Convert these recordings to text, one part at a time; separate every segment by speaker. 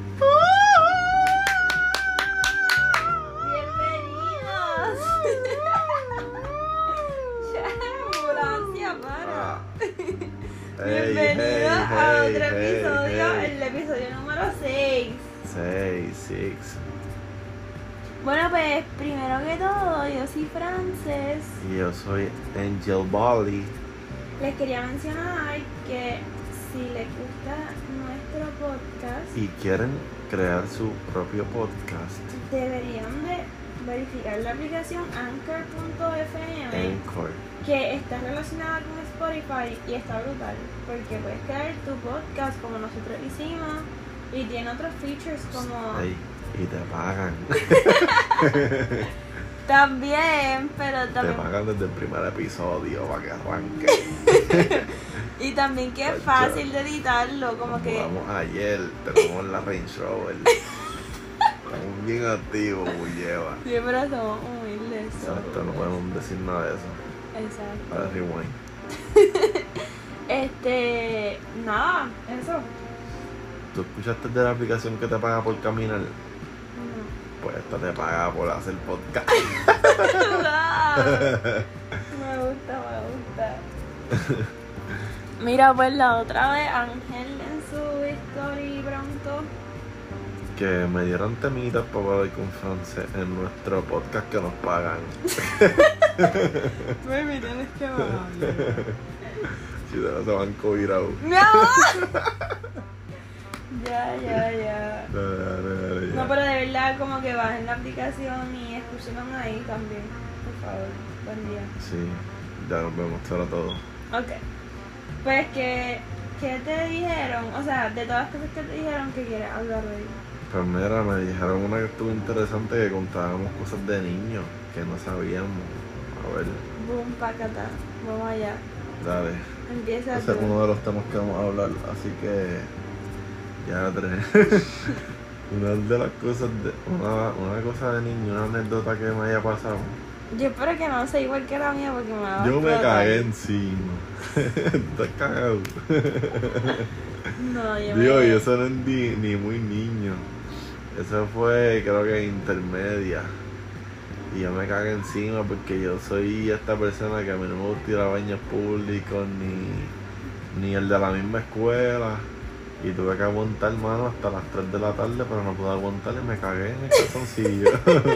Speaker 1: Hey,
Speaker 2: Bienvenido
Speaker 1: hey,
Speaker 2: a
Speaker 1: hey,
Speaker 2: otro
Speaker 1: hey,
Speaker 2: episodio,
Speaker 1: hey.
Speaker 2: el episodio número 6.
Speaker 1: 6, 6.
Speaker 2: Bueno, pues primero que todo, yo soy Frances.
Speaker 1: Y yo soy Angel Bali.
Speaker 2: Les quería mencionar que si les gusta nuestro podcast,
Speaker 1: Y quieren crear su propio podcast.
Speaker 2: deberían de verificar la aplicación anchor.fm
Speaker 1: Anchor.
Speaker 2: que está relacionada con Spotify y está brutal porque puedes crear tu podcast como nosotros hicimos y tiene otros features como...
Speaker 1: Ey, y te pagan.
Speaker 2: También, pero
Speaker 1: te
Speaker 2: también
Speaker 1: pagan desde el primer episodio para que arranque.
Speaker 2: Y también que es
Speaker 1: Tacho.
Speaker 2: fácil de editarlo, como
Speaker 1: Nos
Speaker 2: que
Speaker 1: mudamos ayer, tenemos la Range Rover. Estamos bien activos, lleva.
Speaker 2: siempre somos humildes.
Speaker 1: Exacto, no podemos decir nada de eso. Para
Speaker 2: Exacto.
Speaker 1: rewind.
Speaker 2: Este, nada, eso.
Speaker 1: ¿Tú escuchaste de la aplicación que te paga por caminar?
Speaker 2: No.
Speaker 1: Pues esta te paga por hacer podcast.
Speaker 2: me gusta, me gusta. Mira, pues la otra vez Ángel en su story pronto.
Speaker 1: que me dieron temitas para hablar con francés en nuestro podcast que nos pagan.
Speaker 2: Baby, tienes que bajarle.
Speaker 1: Si te lo van cobrado.
Speaker 2: ¡Mi amor! ya, ya, ya. No, pero de verdad, como que bajen la aplicación y escuchen ahí también. Por favor, buen día.
Speaker 1: Sí, ya nos vemos, todo todo.
Speaker 2: Ok. Pues que. ¿Qué te dijeron? O sea, de todas las cosas que te dijeron que quieres hablar hoy.
Speaker 1: Pero Pues mira, me dijeron una que estuvo interesante que contábamos cosas de niños que no sabíamos. A ver,
Speaker 2: Boom, pacata. Vamos allá.
Speaker 1: dale.
Speaker 2: Empieza
Speaker 1: Ese es
Speaker 2: tú.
Speaker 1: uno de los temas que vamos a hablar, así que ya tres. una de las cosas de, una, una cosa de niño, una anécdota que me haya pasado.
Speaker 2: Yo espero que no sea igual que la mía porque me va a
Speaker 1: Yo me
Speaker 2: explotar.
Speaker 1: cagué encima. Estás cagado.
Speaker 2: No, yo me
Speaker 1: Digo, y eso no es ni, ni muy niño. Eso fue, creo que intermedia. Y yo me cagué encima porque yo soy esta persona que a mí no me gusta ir a baños públicos ni, ni el de la misma escuela. Y tuve que aguantar mano hasta las 3 de la tarde, pero no pude aguantar y me cagué en el calzoncillo.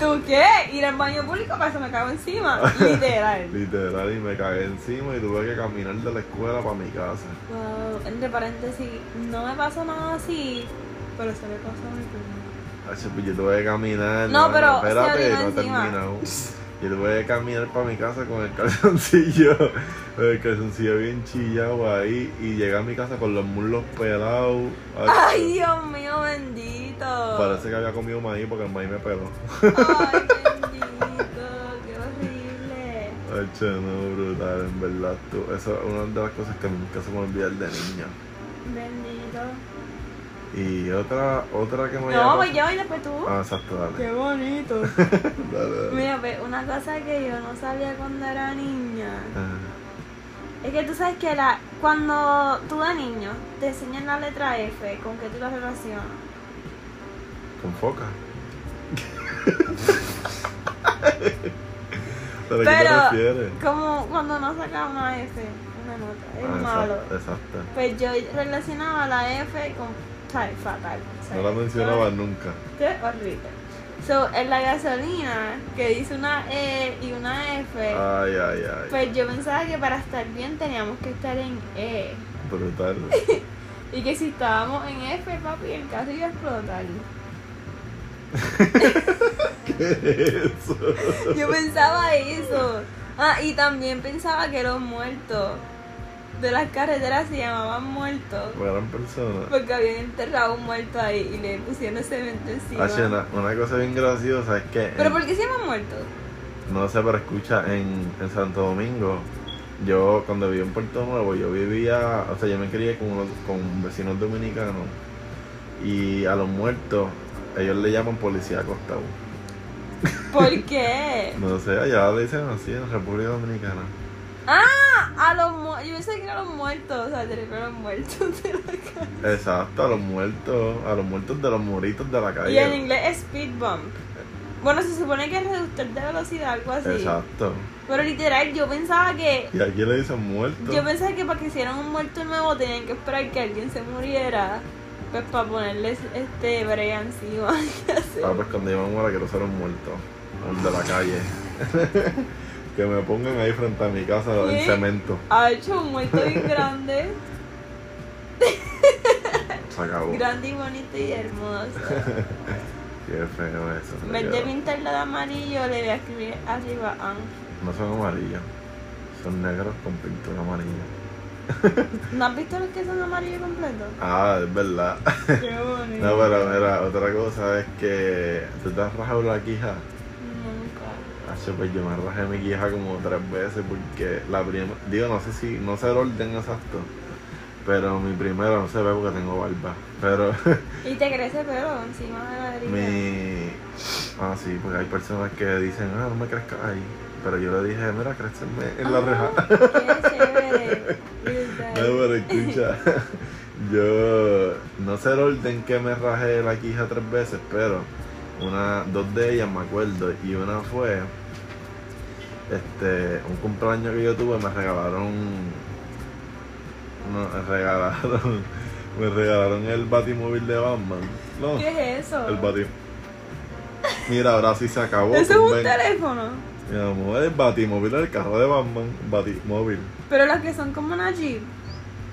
Speaker 2: ¿Tú qué? Ir al baño público para eso me cago encima. Literal.
Speaker 1: Literal, y me cagué encima y tuve que caminar de la escuela para mi casa.
Speaker 2: wow. Entre paréntesis, no me pasó nada así, pero se me pasó a mi primo.
Speaker 1: Ay, sí, pues yo tuve que caminar.
Speaker 2: No,
Speaker 1: mano,
Speaker 2: pero se
Speaker 1: Espérate,
Speaker 2: orinó
Speaker 1: no he
Speaker 2: encima.
Speaker 1: terminado. Yo tuve que caminar para mi casa con el calzoncillo. con el calzoncillo bien chillado ahí. Y llegué a mi casa con los muslos pelados. Ay,
Speaker 2: Ay, Dios mío, bendito.
Speaker 1: Parece que había comido maíz porque el maíz me peló.
Speaker 2: Ay, bendito, qué horrible.
Speaker 1: Ay, che, no, brutal, en verdad. Tú, eso es una de las cosas que nunca se me olvida de niño.
Speaker 2: Bendito.
Speaker 1: Y otra, otra que me
Speaker 2: No,
Speaker 1: haya
Speaker 2: pues
Speaker 1: pasado-
Speaker 2: yo y después tú.
Speaker 1: Ah, exacto, dale.
Speaker 2: bonito.
Speaker 1: Dale, dale.
Speaker 2: Mira, pues una cosa que yo no sabía cuando era niña.
Speaker 1: Ah,
Speaker 2: Es que tú sabes que la, cuando tú de niño te enseñan la letra F, ¿con qué tú la relacionas?
Speaker 1: con foca. ¿Pero, a qué te
Speaker 2: Pero-
Speaker 1: refieres?
Speaker 2: Como cuando no sacaba una F, una nota. Es
Speaker 1: Ah,
Speaker 2: malo.
Speaker 1: exacto, exacto.
Speaker 2: Pues yo relacionaba la F con... Ay, fatal.
Speaker 1: No la mencionaba nunca.
Speaker 2: Qué horrible. So, en la gasolina, que dice una E y una F,
Speaker 1: Ay, ay, ay.
Speaker 2: pues yo pensaba que para estar bien teníamos que estar en E.
Speaker 1: Brutal.
Speaker 2: Y que si estábamos en F, papi, el carro iba a explotar.
Speaker 1: ¿Qué es eso?
Speaker 2: Yo pensaba eso. Ah, y también pensaba que los muertos de las carreteras se llamaban muertos.
Speaker 1: Gran persona.
Speaker 2: Porque habían enterrado un muerto ahí y le pusieron cemento encima.
Speaker 1: Hace una, una cosa bien graciosa es que. en-
Speaker 2: ¿Pero por qué se llaman muertos?
Speaker 1: No sé, pero escucha, en, en Santo Domingo, yo cuando vivía en Puerto Nuevo, yo vivía, o sea, yo me crié con, unos- con vecinos dominicanos y a los muertos, ellos le llaman policía acostado.
Speaker 2: ¿Por qué?
Speaker 1: No sé, allá le dicen así en República Dominicana.
Speaker 2: A los muertos, yo pensé que eran los muertos, o sea, te refiero a los muertos de la calle.
Speaker 1: Exacto, a los muertos, a los muertos de los moritos de la calle.
Speaker 2: Y en inglés es speed bump. Bueno, se supone que es reductor de velocidad, algo así.
Speaker 1: Exacto.
Speaker 2: Pero literal, yo pensaba que.
Speaker 1: Y aquí le dicen muerto.
Speaker 2: Yo pensaba que para que hicieran un muerto nuevo tenían que esperar que alguien se muriera. Pues para ponerles este brea encima.
Speaker 1: Ah, pues cuando yo me muera quiero ser un muerto. Un de la calle. que me pongan ahí frente a mi casa en
Speaker 2: Sí.
Speaker 1: cemento.
Speaker 2: Ha hecho un muerto bien grande.
Speaker 1: Se acabó.
Speaker 2: grande y bonito y hermoso.
Speaker 1: Qué feo eso.
Speaker 2: En
Speaker 1: me
Speaker 2: vez de
Speaker 1: quedó.
Speaker 2: pintarlo de amarillo, le voy a escribir arriba Ángel.
Speaker 1: No son amarillos. Son negros con pintura amarilla.
Speaker 2: ¿No has visto los que son amarillos completos?
Speaker 1: Ah, es verdad.
Speaker 2: Qué bonito.
Speaker 1: No, pero mira, otra cosa es que tú te has rajado la quija.
Speaker 2: Nunca.
Speaker 1: Hacho, pues yo me rajé mi quija como tres veces porque la primera, digo, no sé si, no sé el orden exacto, pero mi primera no se ve porque tengo barba, pero
Speaker 2: Y te crece pelo encima de la herida.
Speaker 1: mi, ah sí, porque hay personas que dicen, ah, no me crezca ahí, pero yo le dije, mira, crécenme en la
Speaker 2: Ah,
Speaker 1: reja.
Speaker 2: Qué chévere. Brutal.
Speaker 1: No, pero escucha, yo no sé el orden que me rajé la quija tres veces, pero una, dos de ellas me acuerdo y una fue este un cumpleaños que yo tuve me regalaron no, me regalaron me regalaron el batimóvil de Batman no el
Speaker 2: ¿Qué es eso?
Speaker 1: batimóvil mira ahora sí se acabó
Speaker 2: Eso es un
Speaker 1: ven.
Speaker 2: teléfono.
Speaker 1: mi amor el batimóvil el carro de Batman batimóvil
Speaker 2: Pero los que son como una Jeep.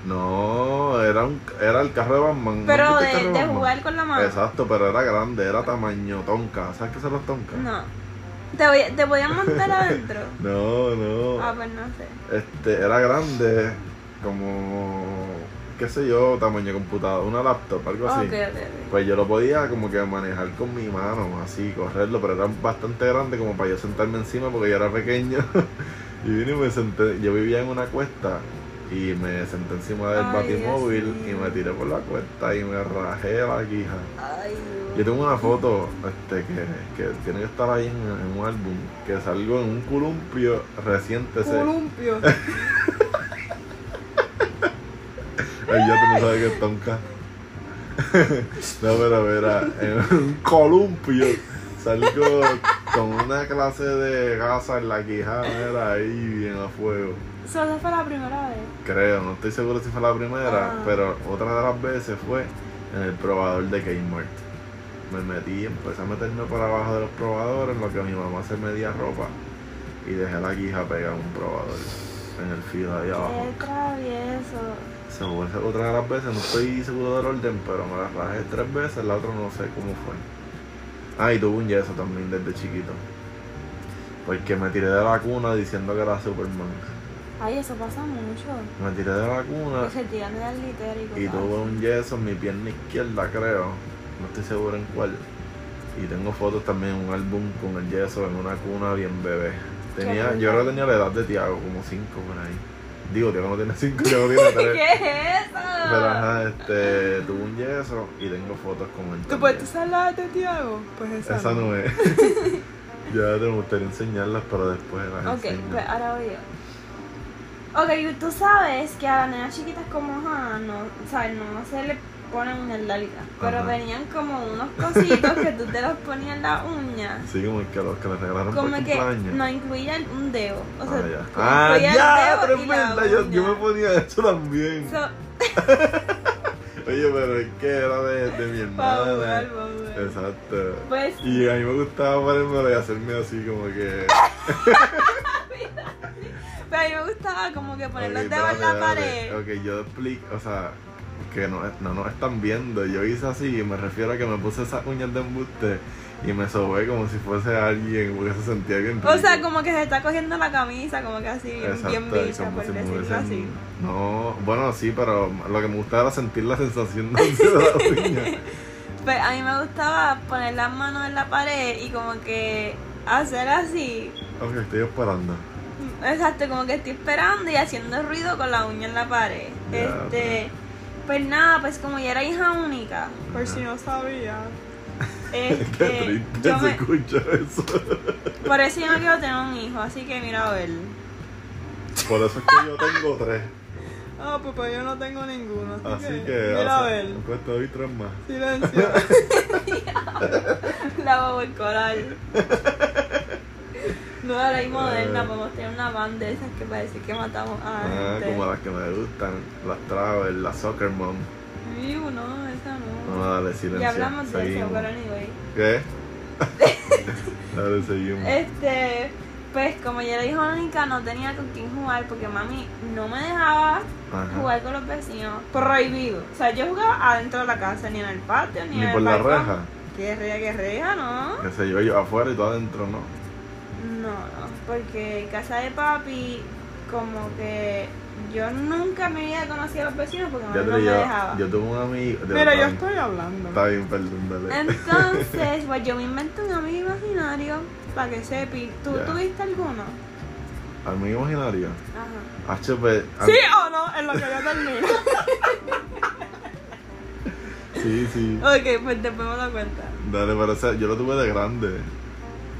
Speaker 1: No, era, un, era el carro de Batman. ¿no
Speaker 2: Pero de,
Speaker 1: viste el carro
Speaker 2: de
Speaker 1: Batman?
Speaker 2: jugar con la mano.
Speaker 1: Exacto, pero era grande, era tamaño tonca. ¿Sabes qué son los tonka?
Speaker 2: No. Te voy, a- te voy a montar adentro.
Speaker 1: No, no.
Speaker 2: Ah, pues no sé.
Speaker 1: Este, era grande, como, qué sé yo, tamaño computador, una laptop, algo así.
Speaker 2: Ok, ok, ok.
Speaker 1: Pues yo lo podía como que manejar con mi mano, así, correrlo, pero era bastante grande como para yo sentarme encima porque yo era pequeño. y vine y me senté, yo vivía en una cuesta y me senté encima del
Speaker 2: Ay,
Speaker 1: batimóvil
Speaker 2: Dios
Speaker 1: y
Speaker 2: mío.
Speaker 1: me tiré por la cuesta y me rajé la quija.
Speaker 2: Ay,
Speaker 1: Yo
Speaker 2: Dios.
Speaker 1: tengo una foto este, que, que tiene que estar ahí en, en un álbum, que salgo en un columpio reciente. se-
Speaker 2: Columpio.
Speaker 1: Ay, ya tú no sabes qué es tonca. no, pero mira, en un columpio salgo con una clase de gasa en la quijada, era ahí bien a fuego.
Speaker 2: Solo fue la primera vez.
Speaker 1: Creo, no estoy seguro si fue la primera,
Speaker 2: Ah.
Speaker 1: pero otra de las veces fue en el probador de Kmart. Me metí, empecé a meterme por abajo de los probadores, en lo que mi mamá se medía ropa y dejé la quija pegada en un probador en el filo ahí abajo.
Speaker 2: Qué travieso.
Speaker 1: Se me fue otra de las veces, no estoy seguro del orden, pero me la rajé tres veces, la otra no sé cómo fue. Ah, y tuve un yeso también desde chiquito. Porque me tiré de la cuna diciendo que era Superman.
Speaker 2: Ay, eso pasa mucho.
Speaker 1: Me tiré de la cuna
Speaker 2: Que se tiran de las literas y
Speaker 1: y
Speaker 2: cosas
Speaker 1: tuve
Speaker 2: así.
Speaker 1: un yeso en mi pierna izquierda, creo. No estoy seguro en cuál. Y tengo fotos también, un álbum con el yeso en una cuna bien bebé. Tenía,
Speaker 2: Qué
Speaker 1: yo creo
Speaker 2: brutal.
Speaker 1: que tenía la edad de Tiago, como cinco por ahí. Digo, Tiago no tiene cinco, Tiago tiene tres.
Speaker 2: ¿Qué es eso?
Speaker 1: Pero ajá, este, tuve un yeso y tengo fotos con él.
Speaker 2: ¿Tú
Speaker 1: también.
Speaker 2: puedes usar la de Tiago? Pues esa.
Speaker 1: Esa no es. ya te gustaría enseñarlas, pero después las
Speaker 2: Ok,
Speaker 1: enseño.
Speaker 2: pues ahora voy yo. Ok, tú sabes que a las nenas chiquitas como Hannah, no, o sea, no se le ponen uñas largas, pero
Speaker 1: Ajá.
Speaker 2: venían como unos cositos que tú te los ponías en las uñas.
Speaker 1: Sí, como el que los que le regalaron por
Speaker 2: Como que
Speaker 1: cumpleaños.
Speaker 2: no incluía el- un dedo. O sea,
Speaker 1: ah, ya.
Speaker 2: como
Speaker 1: Ah,
Speaker 2: incluía el
Speaker 1: ya,
Speaker 2: dedo
Speaker 1: pero
Speaker 2: y
Speaker 1: es
Speaker 2: la
Speaker 1: verdad, yo, yo me
Speaker 2: uña.
Speaker 1: ponía eso también.
Speaker 2: So,
Speaker 1: Oye, pero es que era de, de mi
Speaker 2: pa'
Speaker 1: hermana.
Speaker 2: jugar, pa' jugar.
Speaker 1: Exacto.
Speaker 2: Pues,
Speaker 1: Y a mí me gustaba parármelo y hacerme así como que...
Speaker 2: pero a mí me gustaba como que poner los
Speaker 1: Ok,
Speaker 2: dedos en la
Speaker 1: espérate, espérate.
Speaker 2: pared.
Speaker 1: Ok, yo explico, o sea, que no, no nos están viendo. Yo hice así, y me refiero a que me puse esas uñas de embuste y me sobé como si fuese alguien, porque se sentía bien rico.
Speaker 2: O sea, como que se está cogiendo la camisa, como que así, bien,
Speaker 1: Exacto,
Speaker 2: bien
Speaker 1: y
Speaker 2: bicha,
Speaker 1: como
Speaker 2: por
Speaker 1: si me
Speaker 2: decirlo
Speaker 1: hubiesen-
Speaker 2: así.
Speaker 1: No, bueno, sí, pero lo que me gustaba era sentir la sensación de la uña.
Speaker 2: Pues a mí me gustaba poner las manos en la pared y como que hacer así.
Speaker 1: Ok, estoy esperando.
Speaker 2: Exacto, como que estoy esperando y haciendo ruido con la uña en la pared.
Speaker 1: Ya,
Speaker 2: este, pues nada, pues como yo era hija única, por
Speaker 1: Ajá.
Speaker 2: si no sabía.
Speaker 1: Qué
Speaker 2: Este,
Speaker 1: triste
Speaker 2: yo
Speaker 1: se
Speaker 2: me-
Speaker 1: escucha eso.
Speaker 2: por eso yo no quiero tener un hijo, así que mira a ver.
Speaker 1: Por eso es que yo tengo tres.
Speaker 2: Ah, pues, yo no tengo ninguno.
Speaker 1: Así que... o sea, me cuesta hoy tres más.
Speaker 2: Silencio. La vamos a coral. No, ahora hay moderna, podemos tener una banda de esas que parece que matamos a
Speaker 1: Eh. Ah,
Speaker 2: gente.
Speaker 1: como las que me gustan, las Travel, la Soccer Mom.
Speaker 2: Viu, no, esa no.
Speaker 1: No, dale, silencio.
Speaker 2: ya hablamos de eso,
Speaker 1: seguimos.
Speaker 2: pero anyway.
Speaker 1: ¿Qué? dale, seguimos.
Speaker 2: Este, pues como ya le dijo Mónica, no tenía con quién jugar porque mami no me dejaba
Speaker 1: Ajá.
Speaker 2: jugar con los vecinos. Prohibido. O sea, yo jugaba adentro de la casa, ni en el patio, ni, en
Speaker 1: Ni
Speaker 2: el
Speaker 1: por la
Speaker 2: balcón.
Speaker 1: reja.
Speaker 2: ¿Qué reja, qué reja, no?
Speaker 1: Qué sé yo, yo afuera y tú adentro, ¿no?
Speaker 2: No, no, porque en casa de papi, como que yo nunca en mi vida conocí a los vecinos porque mami
Speaker 1: Ya
Speaker 2: no
Speaker 1: te
Speaker 2: me
Speaker 1: yo,
Speaker 2: dejaba.
Speaker 1: yo tuve un amigo. de
Speaker 3: Mira, yo
Speaker 1: verdad,
Speaker 3: estoy hablando.
Speaker 1: Está bien, perdón, dale.
Speaker 2: Entonces, pues yo me invento un amigo imaginario para que sepi. ¿Tú
Speaker 1: Ya.
Speaker 2: tuviste alguno?
Speaker 1: Amigo imaginario. ah,
Speaker 2: Ajá.
Speaker 1: HP.
Speaker 3: ¿Sí o no? Es lo que yo termino.
Speaker 1: Sí, sí.
Speaker 2: Ok, pues después me lo cuenta.
Speaker 1: Dale, pero o sea, yo lo tuve de grande.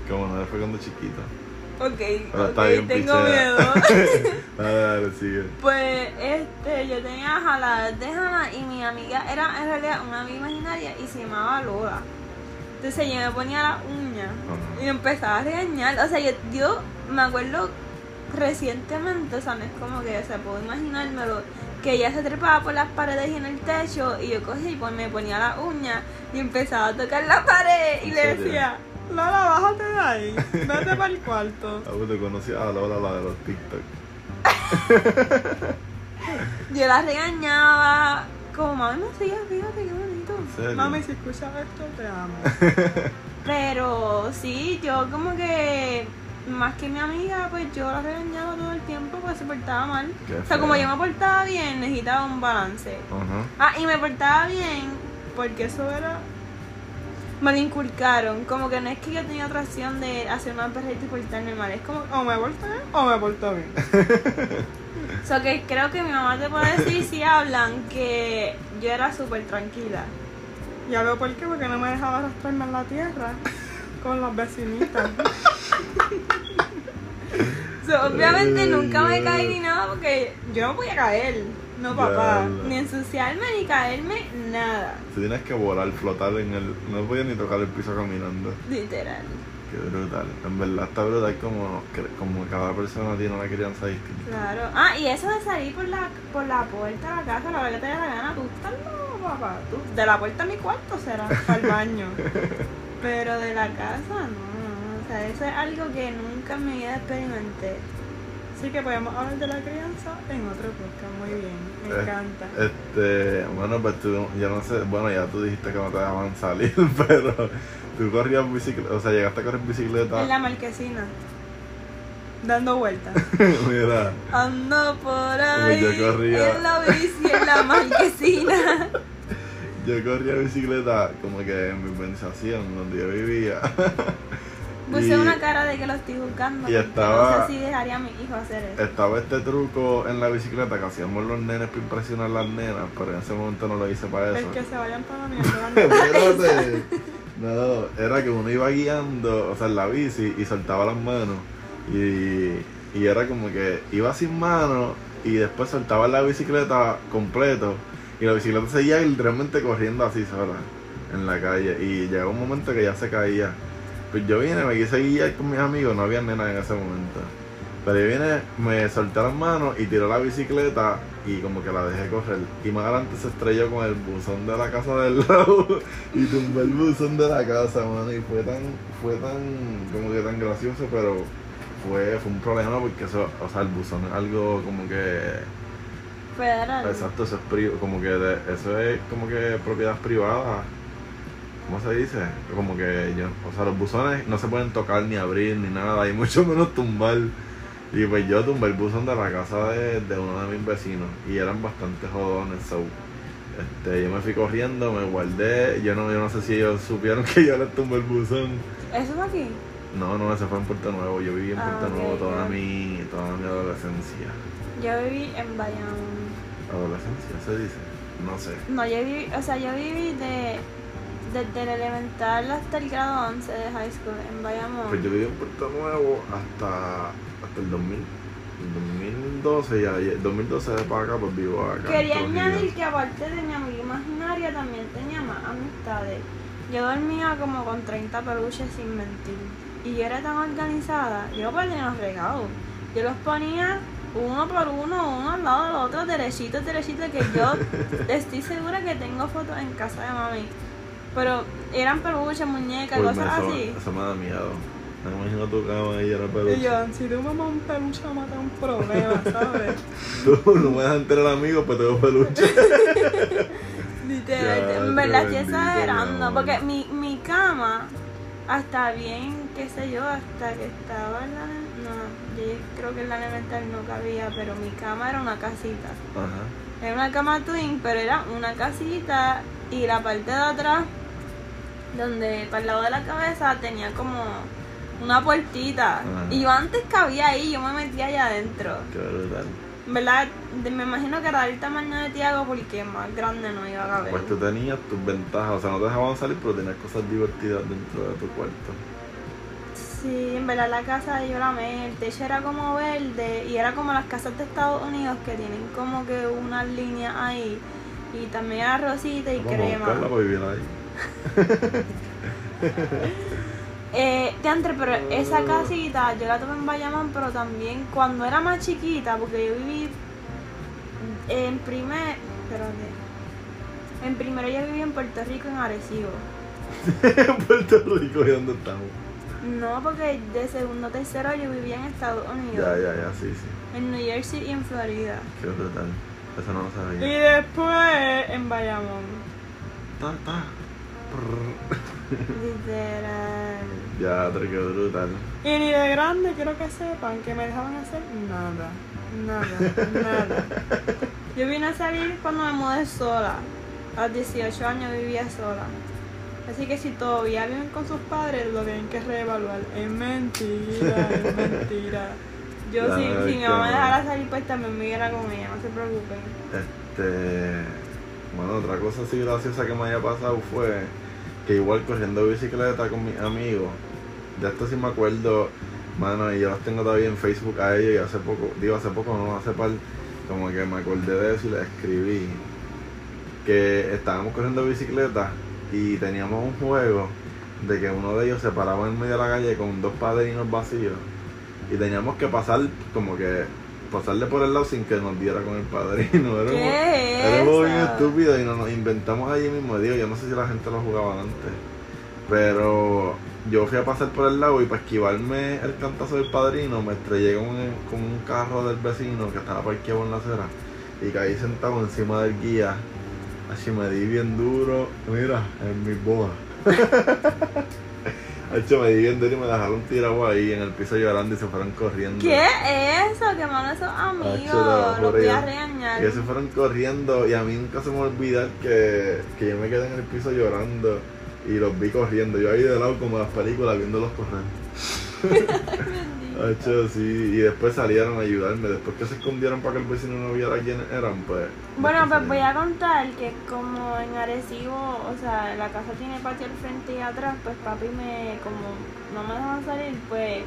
Speaker 1: Como no fue cuando chiquito.
Speaker 2: Ok,
Speaker 1: Pero Ah, está
Speaker 2: ok,
Speaker 1: bien,
Speaker 2: tengo
Speaker 1: pichea.
Speaker 2: miedo.
Speaker 1: Dale, dale, sigue.
Speaker 2: Pues este, yo tenía jaladas de jala y mi amiga era en realidad una amiga imaginaria y se llamaba Lola. Entonces yo me ponía la uña
Speaker 1: Ajá.
Speaker 2: y me empezaba a regañar. O sea, yo, yo me acuerdo recientemente, o sea, no es como que, o sea, puedo imaginármelo, que ella se trepaba por las paredes y en el techo y yo cogía y pues, me ponía la uña y empezaba a tocar la pared y
Speaker 1: ¿En
Speaker 2: le
Speaker 1: serio?
Speaker 2: decía,
Speaker 3: Lola, bájate de ahí. Vete para el cuarto.
Speaker 1: Ah, pues te conocí a Lola, la de los TikTok.
Speaker 2: yo la regañaba, como mami me seguía, fíjate qué bonito.
Speaker 1: ¿En serio?
Speaker 3: Mami, si escuchas esto, te amo.
Speaker 2: Pero sí, yo como que más que mi amiga, pues yo la regañaba todo el tiempo porque se portaba mal.
Speaker 1: Qué
Speaker 2: O sea, como
Speaker 1: feo.
Speaker 2: yo me portaba bien, necesitaba un balance.
Speaker 1: Ajá.
Speaker 2: Ah, y me portaba bien porque eso era. Me lo inculcaron. Como que no es que yo tenía atracción de hacer una perrita y portarme mal. Es como.
Speaker 3: O me porto bien o me porto bien.
Speaker 2: O sea, que creo que mi mamá te puede decir si hablan que yo era súper tranquila.
Speaker 3: Ya veo por qué, porque no me dejaba arrastrarme en la tierra con las vecinitas.
Speaker 2: O sea, obviamente
Speaker 1: Ay,
Speaker 2: nunca me
Speaker 1: Dios.
Speaker 2: caí ni nada porque
Speaker 3: Yo no podía caer. No, papá.
Speaker 1: Ya,
Speaker 2: ni ensuciarme ni caerme, nada.
Speaker 1: Tú tienes que volar, flotar en el. No podía ni tocar el piso caminando.
Speaker 2: Literal.
Speaker 1: Qué brutal. En verdad está brutal como, cre- como cada persona tiene una crianza distinta.
Speaker 2: Claro. Ah, y eso de salir por la, por la puerta de la casa, la hora que te dé la gana, tú estás loco, papá. Tú, de la puerta a mi cuarto será.
Speaker 3: Para el baño.
Speaker 2: Pero de la casa, no. O sea, eso es algo que nunca en mi vida experimenté.
Speaker 3: Así que podemos hablar de la crianza en otro podcast. Muy bien.
Speaker 1: Eh,
Speaker 3: Me encanta.
Speaker 1: Este, bueno, pues tú, yo no sé, bueno, ya tú dijiste que no te dejaban salir, pero tú corrías bicicleta, o sea, llegaste a correr bicicleta.
Speaker 2: En la marquesina.
Speaker 3: Dando vueltas.
Speaker 1: Mira,
Speaker 2: Ando por
Speaker 1: Uy,
Speaker 2: ahí.
Speaker 1: yo corría.
Speaker 2: En la bici, en la marquesina.
Speaker 1: yo corría bicicleta como que en mi pensación, donde yo vivía.
Speaker 2: Puse
Speaker 1: Y-
Speaker 2: Pues una cara de que lo estoy buscando.
Speaker 1: y
Speaker 2: porque
Speaker 1: estaba-
Speaker 2: No sé si dejaría a mi hijo hacer eso.
Speaker 1: Estaba este truco en la bicicleta que hacíamos los nenes para impresionar a las nenas, pero en ese momento no lo hice para
Speaker 3: Es
Speaker 1: eso.
Speaker 3: que se vayan para la mierda.
Speaker 1: Espérate. No, era que uno iba guiando, o sea, en la bici y soltaba las manos. Y, y era como que iba sin manos y después soltaba la bicicleta completo. Y la bicicleta seguía literalmente corriendo así sola en la calle. Y llegó un momento que ya se caía. Pues yo vine, me quise guiar con mis amigos, no había nena en ese momento. Pero yo vine, me solté las manos y tiré la bicicleta y como que la dejé correr. Y más adelante se estrelló con el buzón de la casa del lado y tumbó el buzón de la casa, mano. Y fue tan, fue tan, como que tan gracioso, pero fue, fue un problema porque eso, o sea, el buzón es algo como que,
Speaker 2: Federal.
Speaker 1: exacto, eso es, pri- como que de- eso es como que propiedad privada. ¿Cómo se dice? Como que yo, o sea, los buzones no se pueden tocar ni abrir ni nada, y mucho menos tumbar. Y pues yo tumbé el buzón de la casa de, de uno de mis vecinos y eran bastante jodones, so, este, yo me fui corriendo, me guardé, yo no, yo no sé si ellos supieron que yo les tumbé el buzón.
Speaker 2: ¿Eso es aquí?
Speaker 1: No, no, ese fue en Puerto Nuevo, yo viví en
Speaker 2: Ah,
Speaker 1: Puerto
Speaker 2: ok,
Speaker 1: Nuevo toda
Speaker 2: ya.
Speaker 1: mi, toda mi adolescencia.
Speaker 2: Yo viví en Bayamón.
Speaker 1: ¿Adolescencia se dice? No sé.
Speaker 2: No, yo viví, o sea, yo viví de, desde el elemental hasta el grado 11 de high school en Bayamón.
Speaker 1: Pues yo viví en Puerto Nuevo hasta, hasta el 2000. El 2012 ya, ya- 2012 de para acá, pues vivo acá. en
Speaker 2: Quería
Speaker 1: Trujillo.
Speaker 2: añadir que aparte de mi amiga imaginaria también tenía más amistades. Yo dormía como con 30 peluches sin mentir. Y yo era tan organizada, yo perdí los regados. Yo los ponía uno por uno, uno al lado del otro, derechito, derechito, que yo estoy segura que tengo fotos en casa de mami. Pero eran peluches, muñecas,
Speaker 1: Uy, Pues me-
Speaker 2: cosas
Speaker 1: eso,
Speaker 2: así.
Speaker 1: eso me da miedo. Me imagino tu cama y era
Speaker 3: Y
Speaker 1: peluche.
Speaker 3: yo, si tu mamá un peluche va a matar un problema, ¿sabes?
Speaker 1: Tú no me dejas entrar amigo, pero tengo peluche.
Speaker 2: Literal,
Speaker 1: Ya,
Speaker 2: en verdad estoy
Speaker 1: te bendito, mi
Speaker 2: exagerando,
Speaker 1: amor.
Speaker 2: porque mi, mi cama, hasta bien, qué sé yo, hasta que estaba en la... No, yo creo que en la elemental no cabía, pero mi cama era una casita.
Speaker 1: Ajá.
Speaker 2: Era una cama twin, pero era una casita y la parte de atrás, donde para el lado de la cabeza tenía como una puertita.
Speaker 1: Ajá.
Speaker 2: Y yo antes cabía ahí, yo me metía allá adentro.
Speaker 1: Qué brutal.
Speaker 2: ¿Verdad? De- me imagino que era del tamaño de Tiago porque más grande no iba a caber.
Speaker 1: Pues tú tenías tus ventajas, o sea, no te dejaban salir, pero tenías cosas divertidas dentro de tu cuarto.
Speaker 2: Sí, en verdad la casa yo la amé, el techo era como verde y era como las casas de Estados Unidos que tienen como que unas líneas ahí y también era rosita y
Speaker 1: Vamos a
Speaker 2: crema.
Speaker 1: buscarla pues. para vivir ahí.
Speaker 2: Eh, teantre, pero esa casita yo la tuve en Bayamón, pero también cuando era más chiquita, porque yo viví en primer. espérate. En primero yo viví en Puerto Rico, en Arecibo.
Speaker 1: En Puerto Rico, ¿y dónde estamos?
Speaker 2: No, porque de segundo a tercero yo vivía en Estados
Speaker 1: Ya,
Speaker 2: Unidos,
Speaker 1: ya, ya, sí, sí.
Speaker 2: en New Jersey y en Florida.
Speaker 1: Qué brutal. Eso no lo sabía.
Speaker 3: Y después en Bayamón.
Speaker 1: Ta, ta. Prr.
Speaker 2: Literal.
Speaker 1: Ya, pero qué brutal.
Speaker 3: Y ni de grande quiero que sepan que me dejaban hacer nada, nada, nada.
Speaker 2: Yo vine a salir cuando me mudé sola. A los 18 años vivía sola. Así que si todavía
Speaker 3: Viven con sus padres, lo tienen que reevaluar. Es mentira, es mentira.
Speaker 2: Yo si, si mi
Speaker 1: Exacto.
Speaker 2: mamá me dejara salir pues también me iba con ella, no se preocupen.
Speaker 1: Este. Bueno, otra cosa así graciosa que me haya pasado fue que igual corriendo bicicleta con mis amigos, de esto sí me acuerdo, mano, y yo los tengo todavía en Facebook a ellos y hace poco, digo hace poco, no, hace par, como que me acordé de eso y les escribí que estábamos corriendo bicicleta y teníamos un juego de que uno de ellos se paraba en medio de la calle con dos padrinos vacíos y teníamos que pasar como que pasarle por el lado sin que nos diera con el padrino. Era un jue-
Speaker 2: ¿Qué
Speaker 1: era un juego bien
Speaker 2: es eso?
Speaker 1: estúpido y nos, nos inventamos allí mismo. Digo, yo no sé si la gente lo jugaba antes. Pero yo fui a pasar por el lado y para esquivarme el cantazo del padrino me estrellé con, el- con un carro del vecino que estaba parqueado en la acera y caí sentado encima del guía. Así me di bien duro, mira, en mis boas. hecho me di bien duro y me dejaron tirado ahí en el piso llorando y se fueron corriendo.
Speaker 2: ¿Qué es eso? Qué malo esos amigos.
Speaker 1: te lo juro
Speaker 2: Los voy a
Speaker 1: yo.
Speaker 2: regañar.
Speaker 1: Y ellos se fueron corriendo y a mí nunca se me va a olvidar que, que yo me quedé en el piso llorando y los vi corriendo. Yo ahí de lado como las películas viéndolos correr. Hacho, sí, y después salieron a ayudarme. Después que se escondieron para que el vecino no viera quiénes eran, pues.
Speaker 2: Bueno,
Speaker 1: después
Speaker 2: pues voy
Speaker 1: salieron.
Speaker 2: a contar que como en Arecibo, o sea, la casa tiene patio al frente y atrás, pues papi me, como no me dejaban salir, pues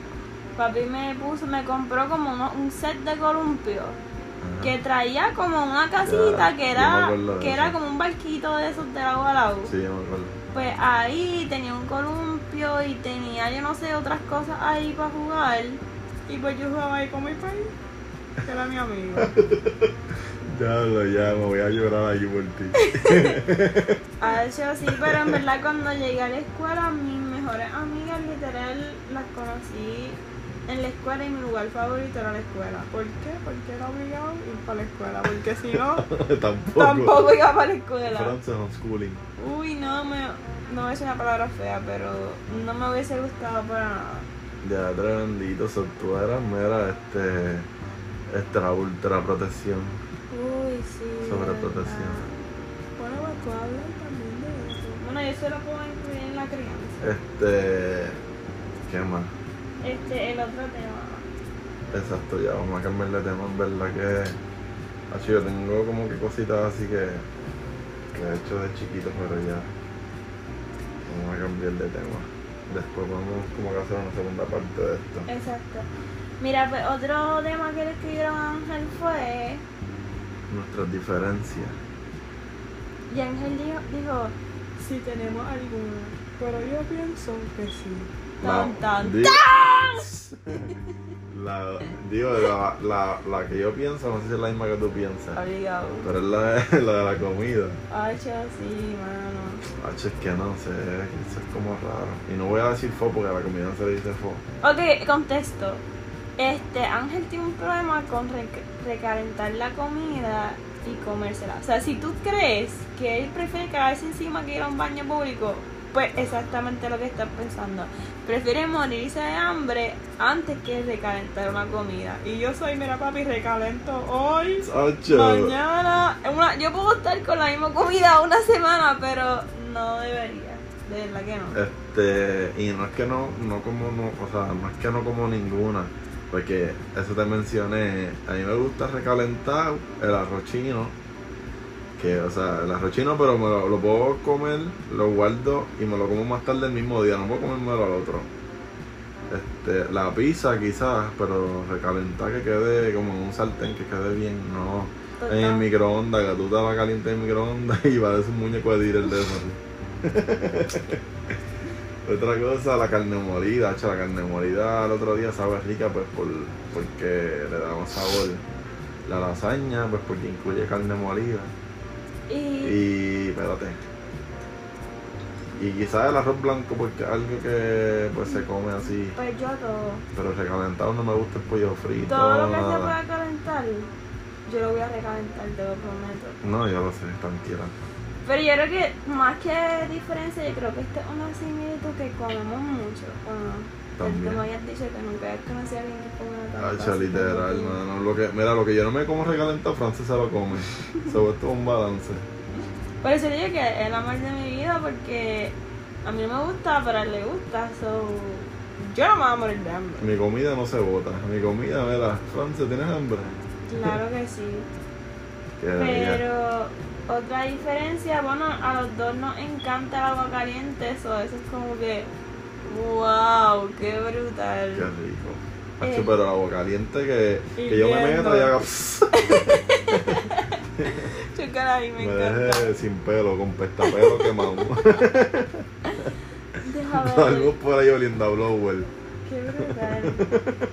Speaker 2: papi me puso, me compró como uno- un set de columpio
Speaker 1: Ajá.
Speaker 2: que traía como una casita
Speaker 1: Ah. Ya,
Speaker 2: que
Speaker 1: yo me
Speaker 2: era,
Speaker 1: acuerdo de
Speaker 2: que
Speaker 1: eso.
Speaker 2: era como un barquito de esos de agua a lado.
Speaker 1: Sí, yo me acuerdo.
Speaker 2: Pues ahí tenía un columpio y tenía, yo no sé, otras cosas ahí para jugar.
Speaker 3: Y pues yo jugaba ahí con mi país, que era mi amigo.
Speaker 1: Diablo, ya, me voy a llorar allí por ti.
Speaker 2: Ah, yo sí, pero en verdad cuando llegué a la escuela, mis mejores amigas literal las conocí en la escuela y mi lugar favorito era la escuela.
Speaker 3: ¿Por qué? Porque era obligado ir para la escuela. Porque si no,
Speaker 1: Tampoco.
Speaker 2: Tampoco iba para la escuela.
Speaker 1: Frances homeschooling.
Speaker 2: Uy, no me, no es una palabra fea, pero no me hubiese gustado para nada.
Speaker 1: Ya, atrás bendito, o sea, tú eras mera, este. Extra ultra protección.
Speaker 2: Uy, sí.
Speaker 1: Sobreprotección.
Speaker 3: bueno, pues tú hablas también de eso.
Speaker 2: Bueno, yo se lo puedo incluir en la crianza.
Speaker 1: Este. ¿Qué más?
Speaker 2: Este, el otro tema.
Speaker 1: Exacto, ya vamos a cambiar de tema, en verdad que. Así yo tengo como que cositas así que. que he hecho de chiquito, pero ya. Vamos a cambiar de tema. Después vamos como que a hacer una segunda parte de esto.
Speaker 2: Exacto. Mira, pues otro tema que le escribieron a Ángel fue.
Speaker 1: Nuestras diferencias.
Speaker 2: Y Ángel dijo, dijo,
Speaker 3: si tenemos alguna. Pero yo pienso que sí.
Speaker 2: Tan, tan,
Speaker 1: digo, la, digo, la, la, la que yo pienso, no sé si es la misma que tú piensas.
Speaker 2: Obligado.
Speaker 1: Pero es la, la de la comida.
Speaker 2: Ay, yo sí, mano.
Speaker 1: H, es que no sé, eso es como raro. Y no voy a decir fo porque a la comida no se le dice fo.
Speaker 2: Ok, contexto. Este, Ángel tiene un problema con rec- recalentar la comida y comérsela. O sea, si tú crees que él prefiere cagarse encima que ir a un baño público, pues exactamente lo que estás pensando. Prefiere morirse de hambre antes que recalentar una comida.
Speaker 3: Y yo soy, mira papi, recalento hoy,
Speaker 1: H,
Speaker 2: Mañana, una- yo puedo estar con la misma comida una semana, pero no debería. De verdad que no.
Speaker 1: este, y no es que no, no como, no, o sea, no es que no como ninguna. Porque eso te mencioné, a mí me gusta recalentar el arroz chino. Que, o sea, el arroz chino, pero me lo, lo puedo comer, lo guardo y me lo como más tarde el mismo día, no puedo comérmelo al otro. Este, la pizza quizás, pero recalentar que quede como en un sartén, que quede bien, no. Eh, En el
Speaker 2: Total.
Speaker 1: microondas, que tú te vas caliente en el microondas y parece un muñeco de el de eso. Otra cosa, la carne molida, hacha, la carne molida al otro día sabe rica pues por, porque le da más sabor. La lasaña, pues porque incluye carne molida.
Speaker 2: Y-
Speaker 1: Y espérate. Y quizás el arroz blanco porque es algo que pues se come así.
Speaker 2: pues yo todo.
Speaker 1: Pero recalentado no me gusta el pollo frito.
Speaker 2: Todo lo que se
Speaker 1: nada.
Speaker 2: pueda calentar, yo lo voy a recalentar, te lo prometo.
Speaker 1: No, yo lo sé, tranquila.
Speaker 2: Pero yo creo que más que diferencia, yo creo que esta es una similitud que comemos mucho. ¿o no?
Speaker 1: También.
Speaker 2: Que Tú me habías dicho que nunca habías conocido a alguien que come tanto.
Speaker 1: Hacha,
Speaker 2: así como
Speaker 1: literal,
Speaker 2: tú.
Speaker 1: mano. Lo que, mira, lo que yo no me como recalentado, Francis se lo come. Sobre todo un balance.
Speaker 2: Por eso digo que es el amor de mi vida porque a mí no me gusta, pero a él le gusta. So...
Speaker 3: yo no me voy a morir de hambre.
Speaker 1: Mi comida no se bota. Mi comida, mira, Francis, ¿tienes hambre?
Speaker 2: Claro que sí.
Speaker 1: Qué rica.
Speaker 2: Pero otra diferencia, bueno, a los dos nos encanta el agua caliente, eso, eso es como que, wow, qué
Speaker 1: Qué
Speaker 2: brutal.
Speaker 1: rico.
Speaker 2: Eh.
Speaker 1: Hacho, pero el agua caliente que, que yo me
Speaker 3: Hirviendo.
Speaker 1: meto y haga
Speaker 2: Chúcala ahí, me
Speaker 1: me
Speaker 2: encanta.
Speaker 1: deje sin pelo, con pestapelo quemado.
Speaker 2: Deja
Speaker 1: Algo
Speaker 2: ver,
Speaker 1: por ahí oliendo a blower.
Speaker 2: qué brutal.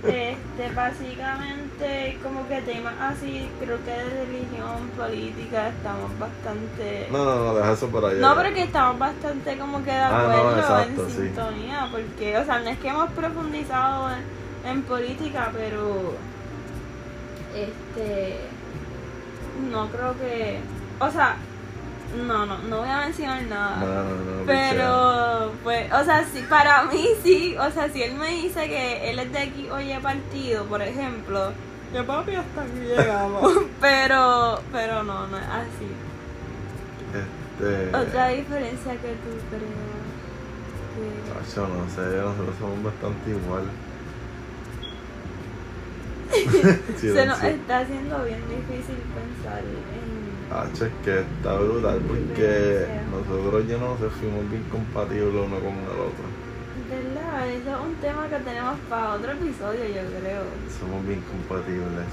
Speaker 2: Este, básicamente, como que temas así, creo que de religión, política, estamos bastante...
Speaker 1: No, no, no, deja eso por ahí.
Speaker 2: No, pero que estamos bastante como que de
Speaker 1: Ah, no,
Speaker 2: acuerdo
Speaker 1: exacto,
Speaker 2: en
Speaker 1: sí.
Speaker 2: sintonía, porque, o sea, no es que hemos profundizado en, en política, pero este no creo que, o sea, no, no, no voy a mencionar
Speaker 1: No,
Speaker 2: nada.
Speaker 1: no, no. pichea.
Speaker 2: Pero, pues, o sea, sí, para mí sí, o sea, si él me dice que él es de aquí, oye, partido, por ejemplo,
Speaker 3: Yo papi, hasta aquí llegamos.
Speaker 2: pero, pero no, no es así.
Speaker 1: Este.
Speaker 2: Otra diferencia que tú creas. que-
Speaker 1: Hacho, no sé, nosotros somos bastante igual.
Speaker 2: Se nos
Speaker 1: Silencio.
Speaker 2: está haciendo bien difícil pensar en...
Speaker 1: Hacho, es que está brutal porque nosotros ya no nos fuimos bien compatibles uno con el otro.
Speaker 2: ¿Verdad? Eso es un tema que tenemos para otro episodio, yo creo.
Speaker 1: Somos bien compatibles.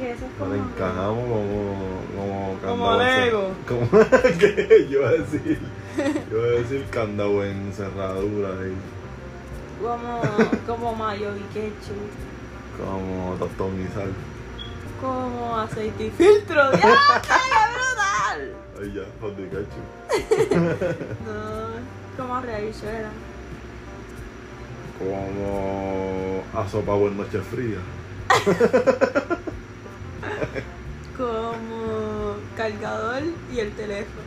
Speaker 2: Que eso es como...
Speaker 1: Nos encajamos como. Como,
Speaker 3: Como Lego.
Speaker 1: Como que yo iba a decir. Yo iba a decir candado en cerradura ahí.
Speaker 2: Como, como mayo y ketchup.
Speaker 1: Como tostón y sal.
Speaker 2: Como aceite y filtro. ¡Ya! ¡Qué brutal!
Speaker 1: Ay ya, hot de cacho.
Speaker 2: No, como revichuela.
Speaker 1: Como a sopa buena noche fría.
Speaker 2: Como cargador y el teléfono.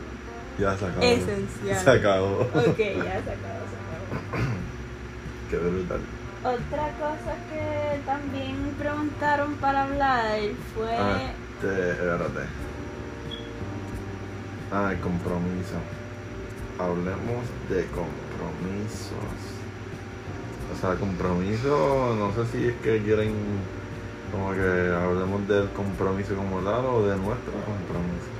Speaker 1: Ya se acabó.
Speaker 2: Esencial.
Speaker 1: Se acabó.
Speaker 2: Ok, ya se acabó, se acabó.
Speaker 1: Qué brutal.
Speaker 2: Otra cosa que también preguntaron para hablar fue
Speaker 1: Ah, este, espérate. Ah, el compromiso. Hablemos de compromisos. O sea, compromiso, no sé si es que quieren como que hablemos del compromiso como tal o de nuestro compromiso.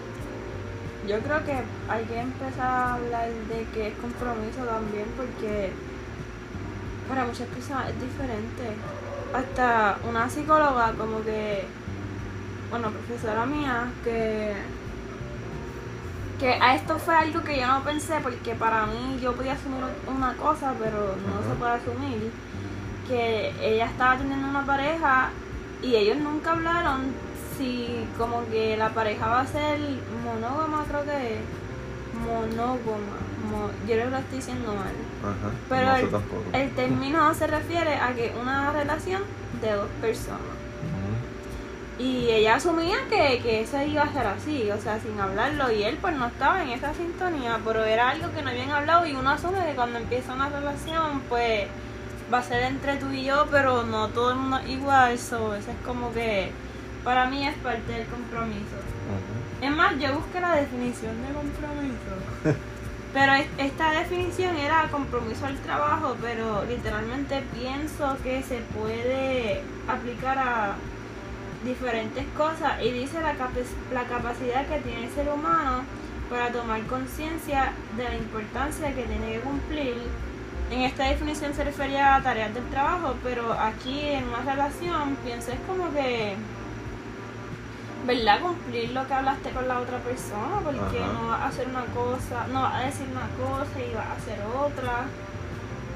Speaker 2: yo creo que hay que empezar a hablar de qué es compromiso también porque para muchas personas es diferente. Hasta una psicóloga como que, bueno, profesora mía que Que a esto fue algo que yo no pensé porque para mí yo podía asumir una cosa, pero no
Speaker 1: Ajá.
Speaker 2: se puede asumir. Que ella estaba teniendo una pareja y ellos nunca hablaron si como que la pareja va a ser monógama, creo que es. Monógama. mo- yo creo que lo estoy diciendo mal.
Speaker 1: Ajá.
Speaker 2: Pero
Speaker 1: no sé
Speaker 2: el,
Speaker 1: tampoco.
Speaker 2: el término se refiere a que una relación de dos personas.
Speaker 1: Ujú.
Speaker 2: Y ella asumía que, que eso iba a ser así, o sea, sin hablarlo. Y él pues no estaba en esa sintonía, pero era algo que no habían hablado y uno asume que cuando empieza una relación pues va a ser entre tú y yo, pero no todo el mundo es igual. So, eso es como que para mí es parte del compromiso.
Speaker 1: Ujú.
Speaker 2: Es más, yo busqué la definición
Speaker 3: De compromiso.
Speaker 2: pero es- esta definición era compromiso al trabajo, pero literalmente pienso que se puede aplicar a diferentes cosas y dice la, capac- la capacidad que tiene el ser humano para tomar conciencia de la importancia que tiene que cumplir. En esta definición se refería a tareas del trabajo, pero aquí en una relación pienso es como que, ¿verdad? Cumplir lo que hablaste con la otra persona, porque
Speaker 1: Ajá.
Speaker 2: no vas a hacer una cosa, no vas a decir una cosa y vas a hacer otra.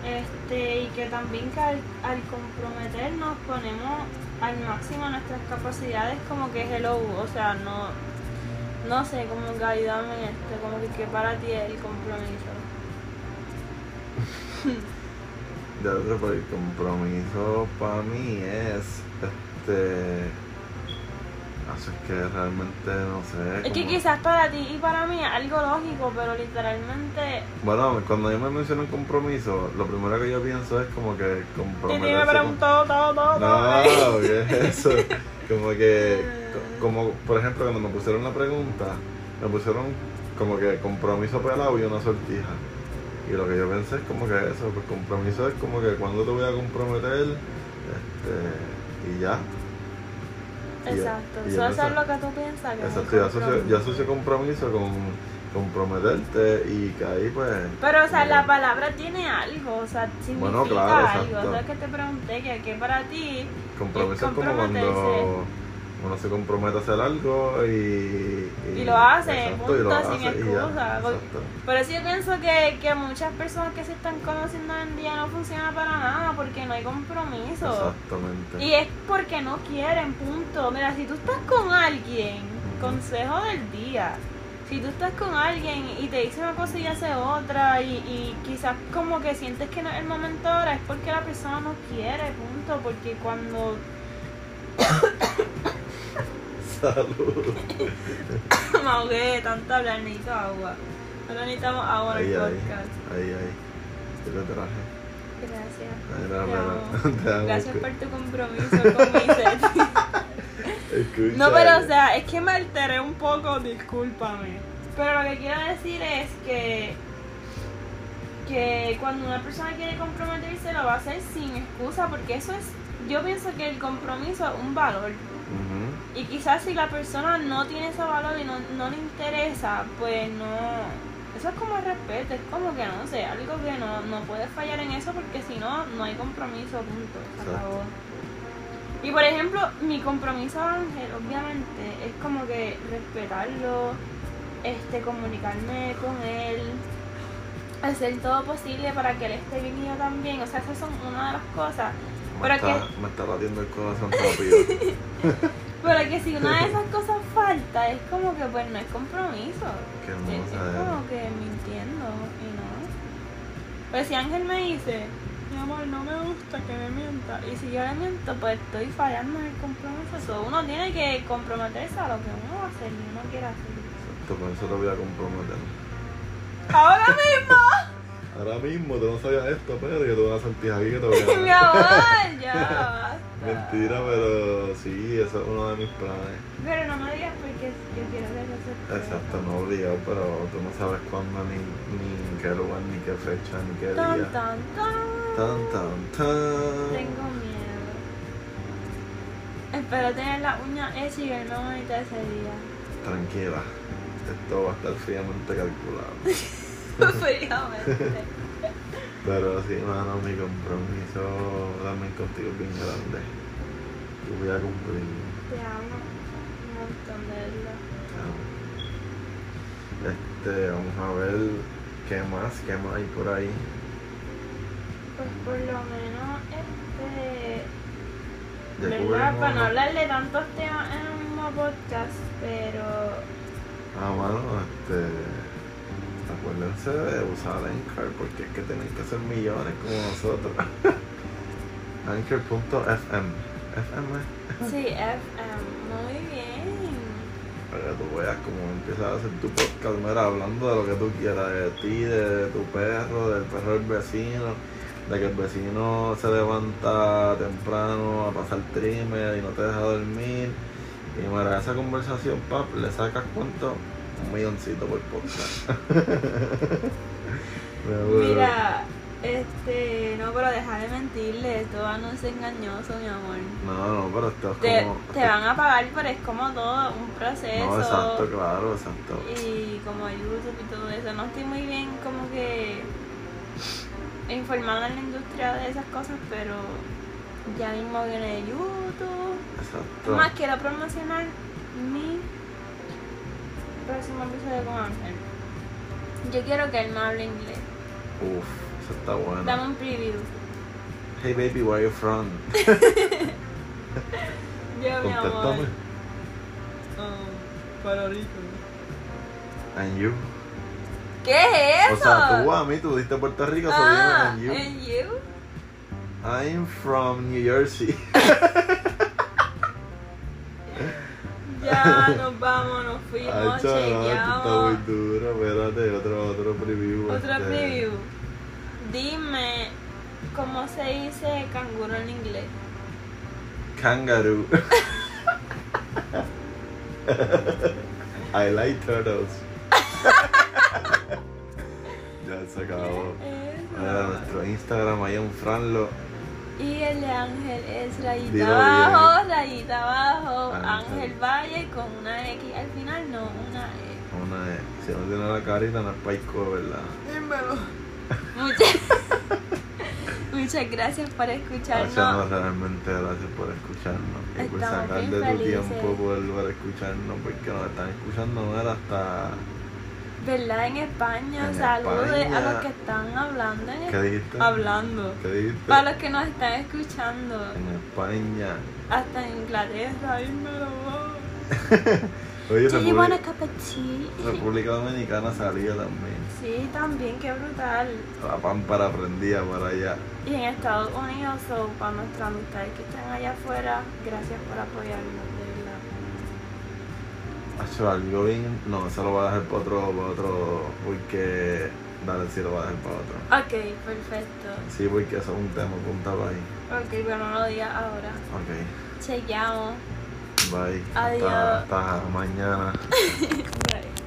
Speaker 2: Este, y que también que al, al comprometernos ponemos al máximo nuestras capacidades como que es el o sea, no, no sé, como que ayúdame en esto, este, como que, que para ti es el compromiso.
Speaker 1: Ya otro, pero el compromiso para mí es este. Así es que realmente no sé.
Speaker 2: Es que
Speaker 1: como-
Speaker 2: quizás para ti y para mí es algo lógico, pero literalmente
Speaker 1: Bueno, cuando yo me menciono compromiso, lo primero que yo pienso es como que
Speaker 3: Y
Speaker 1: comprometerse.
Speaker 3: me
Speaker 1: con-
Speaker 3: preguntó todo, todo, todo.
Speaker 1: No, ¿qué es eso? Como que, co- como por ejemplo, cuando me pusieron la pregunta, me pusieron como que compromiso pelado y una sortija. Y lo que yo pensé es como que eso, pues compromiso es como que cuando te voy a comprometer, este, y ya. Y yo-
Speaker 2: Exacto,
Speaker 1: y yo
Speaker 2: eso
Speaker 1: no sé.
Speaker 2: es lo que tú piensas. que es
Speaker 1: Exacto,
Speaker 2: un
Speaker 1: yo asocio,
Speaker 2: compromiso.
Speaker 1: yo asocio compromiso con comprometerte y que ahí pues.
Speaker 2: Pero, o sea,
Speaker 1: como-
Speaker 2: la palabra tiene algo, o sea, significa
Speaker 1: Bueno, claro,
Speaker 2: algo.
Speaker 1: exacto.
Speaker 2: Eso es que te pregunté, que, que para ti,
Speaker 1: Compromiso es como
Speaker 2: comprometerse.
Speaker 1: cuando uno se compromete a hacer algo y.
Speaker 2: Y lo hace,
Speaker 1: exacto, y lo
Speaker 2: punto, sin
Speaker 1: hace, y ya,
Speaker 2: excusa, porque-
Speaker 1: exacto.
Speaker 2: Por eso yo pienso que, que muchas personas que se están conociendo hoy en día no funciona para nada porque no hay compromiso.
Speaker 1: Exactamente.
Speaker 2: Y es porque no quieren, punto. Mira, si tú estás con alguien, consejo del día. Si tú estás con alguien y te dice una cosa y hace otra y, y quizás como que sientes que no es el momento ahora, es porque la persona no quiere, punto. Porque cuando
Speaker 1: Salud.
Speaker 2: me ahogué de tanto hablar, necesito agua. No necesitamos agua en
Speaker 1: Ahí,
Speaker 2: el
Speaker 1: ahí.
Speaker 2: podcast.
Speaker 1: Ahí, ahí. Yo te traje.
Speaker 2: Gracias.
Speaker 1: Ahí era,
Speaker 2: Te
Speaker 1: era.
Speaker 2: amo.
Speaker 1: Te amo.
Speaker 2: Gracias por tu compromiso con mi ser.
Speaker 1: Escucha.
Speaker 2: No, pero o sea, es que me alteré un poco, discúlpame. Pero lo que quiero decir es que que cuando una persona quiere comprometerse lo va a hacer sin excusa porque eso es yo pienso que el compromiso es un valor
Speaker 1: Ujú.
Speaker 2: y quizás si la persona no tiene ese valor y no, no le interesa pues no eso es como el respeto es como que no sé algo que no no puedes fallar en eso porque si no no hay compromiso punto se acabó. Y por ejemplo, mi compromiso a Ángel, obviamente, es como que respetarlo, este, comunicarme con él, hacer todo posible para que él esté bien y yo también. O sea, esas son una de las cosas.
Speaker 1: Me
Speaker 2: Pero
Speaker 1: está, me está latiendo el corazón rápido.
Speaker 2: Pero que si una de esas cosas falta, es como que pues no es compromiso.
Speaker 1: Qué
Speaker 2: Es, es
Speaker 1: hermosa
Speaker 2: como que mintiendo y no. Pero si Ángel me dice,
Speaker 3: Mi amor, no me gusta que me mienta.
Speaker 2: y si yo le miento, pues estoy fallando en el compromiso. So, uno tiene que comprometerse a lo que uno va a hacer y uno quiere hacer.
Speaker 1: es. Exacto, con eso te voy a comprometer.
Speaker 2: Ahora mismo,
Speaker 1: Ahora mismo tú no sabías esto, pero yo te voy a sentir aquí que te voy a
Speaker 2: mi amor, ya. basta.
Speaker 1: Mentira, pero sí, eso es uno de mis planes.
Speaker 2: Pero no me digas porque yo quiero ver los
Speaker 1: Exacto, no obligado, pero tú no sabes cuándo, ni, ni en qué lugar, ni qué fecha, ni qué
Speaker 2: Tan,
Speaker 1: día.
Speaker 2: tan, tan.
Speaker 1: Tan, tan, tan.
Speaker 2: Tengo miedo. Espero tener las uñas hechas y verme bonita ese día.
Speaker 1: Tranquila, esto va a estar fríamente calculado.
Speaker 2: Fríamente.
Speaker 1: Pero sí, mano, mi compromiso también contigo es bien grande. Yo voy a cumplir.
Speaker 2: Te amo. Un montón de verdad.
Speaker 1: te amo. Este, vamos a ver qué más, qué más hay por ahí.
Speaker 2: Pues por lo menos, este.
Speaker 1: Ya
Speaker 2: ¿Verdad?
Speaker 1: cubrimos,
Speaker 2: Para no
Speaker 1: ¿no?
Speaker 2: hablar de tantos temas en un mismo podcast, pero.
Speaker 1: Ah, mano, este. Acuérdense de usar Anchor porque es que tienen que ser millones como nosotros. Anchor.fm. FM.
Speaker 2: Sí, FM, muy bien.
Speaker 1: Para que tú veas cómo empiezas a hacer tu podcast, mira, hablando de lo que tú quieras, de ti, de tu perro, del perro del vecino, de que el vecino se levanta temprano a pasar trimmer y no te deja dormir. Y mira, esa conversación, pap, le sacas cuánto? Un milloncito por podcast. Me voy.
Speaker 2: Mira, este. No, pero deja de mentirle, esto va no es engañoso, mi amor.
Speaker 1: No, no, pero esto es
Speaker 2: Te,
Speaker 1: como.
Speaker 2: te van a pagar, pero es como todo un proceso.
Speaker 1: No, exacto, claro, exacto.
Speaker 2: Y como YouTube y todo eso, no estoy muy bien como que informada en la industria de esas cosas, pero ya mismo viene YouTube.
Speaker 1: Exacto.
Speaker 2: Más quiero promocionar mi próximo episodio con Ángel. Yo quiero que él me hable inglés.
Speaker 1: Uf, eso está bueno.
Speaker 2: Dame un preview.
Speaker 1: Hey baby, where you from?
Speaker 2: Yo, mi amor. Ah,
Speaker 1: Contéstame.
Speaker 3: para ahorita.
Speaker 1: And you.
Speaker 2: ¿Qué es
Speaker 1: O
Speaker 2: eso?
Speaker 1: sea, tú a mí, tú diste Puerto Rico, soy
Speaker 2: ah,
Speaker 1: yo, and you.
Speaker 2: and you.
Speaker 1: I'm from New Jersey.
Speaker 2: Ya nos vamos, nos fuimos,
Speaker 1: Ay, chaval, está muy
Speaker 2: chequeamos.
Speaker 1: duro. Espérate, otro, otro preview.
Speaker 2: Otra
Speaker 1: este.
Speaker 2: preview. Dime cómo se dice canguro en inglés.
Speaker 1: Kangaroo. I like turtles. ya se acabó. Ahora
Speaker 2: Eso.
Speaker 1: Oh, ah, nuestro Instagram, ahí en Franlo.
Speaker 2: Y el de Ángel es rayita
Speaker 1: Dilo bien.
Speaker 2: abajo, rayita abajo,
Speaker 1: Ángel.
Speaker 2: Ángel Valle con una X al final, no, una E.
Speaker 1: Una, si no tiene la carita, no es paico, ¿verdad?
Speaker 3: Dímelo.
Speaker 2: Muchas, muchas gracias por
Speaker 1: Gracias, no,
Speaker 2: escucharnos.
Speaker 1: realmente gracias por escucharnos y por
Speaker 2: Estamos
Speaker 1: sacar
Speaker 2: bien
Speaker 1: de tu
Speaker 2: felices.
Speaker 1: tiempo por volver a escucharnos porque nos están escuchando ahora hasta
Speaker 2: ¿Verdad? En España,
Speaker 1: En
Speaker 2: saludos
Speaker 1: España.
Speaker 2: a los que están hablando en
Speaker 1: ¿qué dijiste?
Speaker 2: Hablando.
Speaker 1: ¿Qué dijiste?
Speaker 2: Para los que nos están escuchando,
Speaker 1: En España.
Speaker 2: hasta en Inglaterra.
Speaker 3: Dímelo.
Speaker 1: Oye,
Speaker 2: Do you want a
Speaker 1: República,
Speaker 2: cup of tea?
Speaker 1: República Dominicana salía también.
Speaker 2: Sí, también, qué brutal.
Speaker 1: La pámpara prendía para allá.
Speaker 2: Y en Estados Unidos, so, para nuestras amistades que están allá afuera, gracias por apoyarnos, de verdad.
Speaker 1: Hacho, algo bien. No, eso lo voy a dejar para otro, para otro, porque. Dale, sí lo voy a dejar para otro.
Speaker 2: Ok, perfecto.
Speaker 1: Sí, porque eso es un tema, apuntaba ahí.
Speaker 2: Ok, pero no lo digas ahora.
Speaker 1: Ok.
Speaker 2: Chequeamos.
Speaker 1: Bye.
Speaker 2: Adiós.
Speaker 1: Hasta, hasta mañana.
Speaker 2: Bye.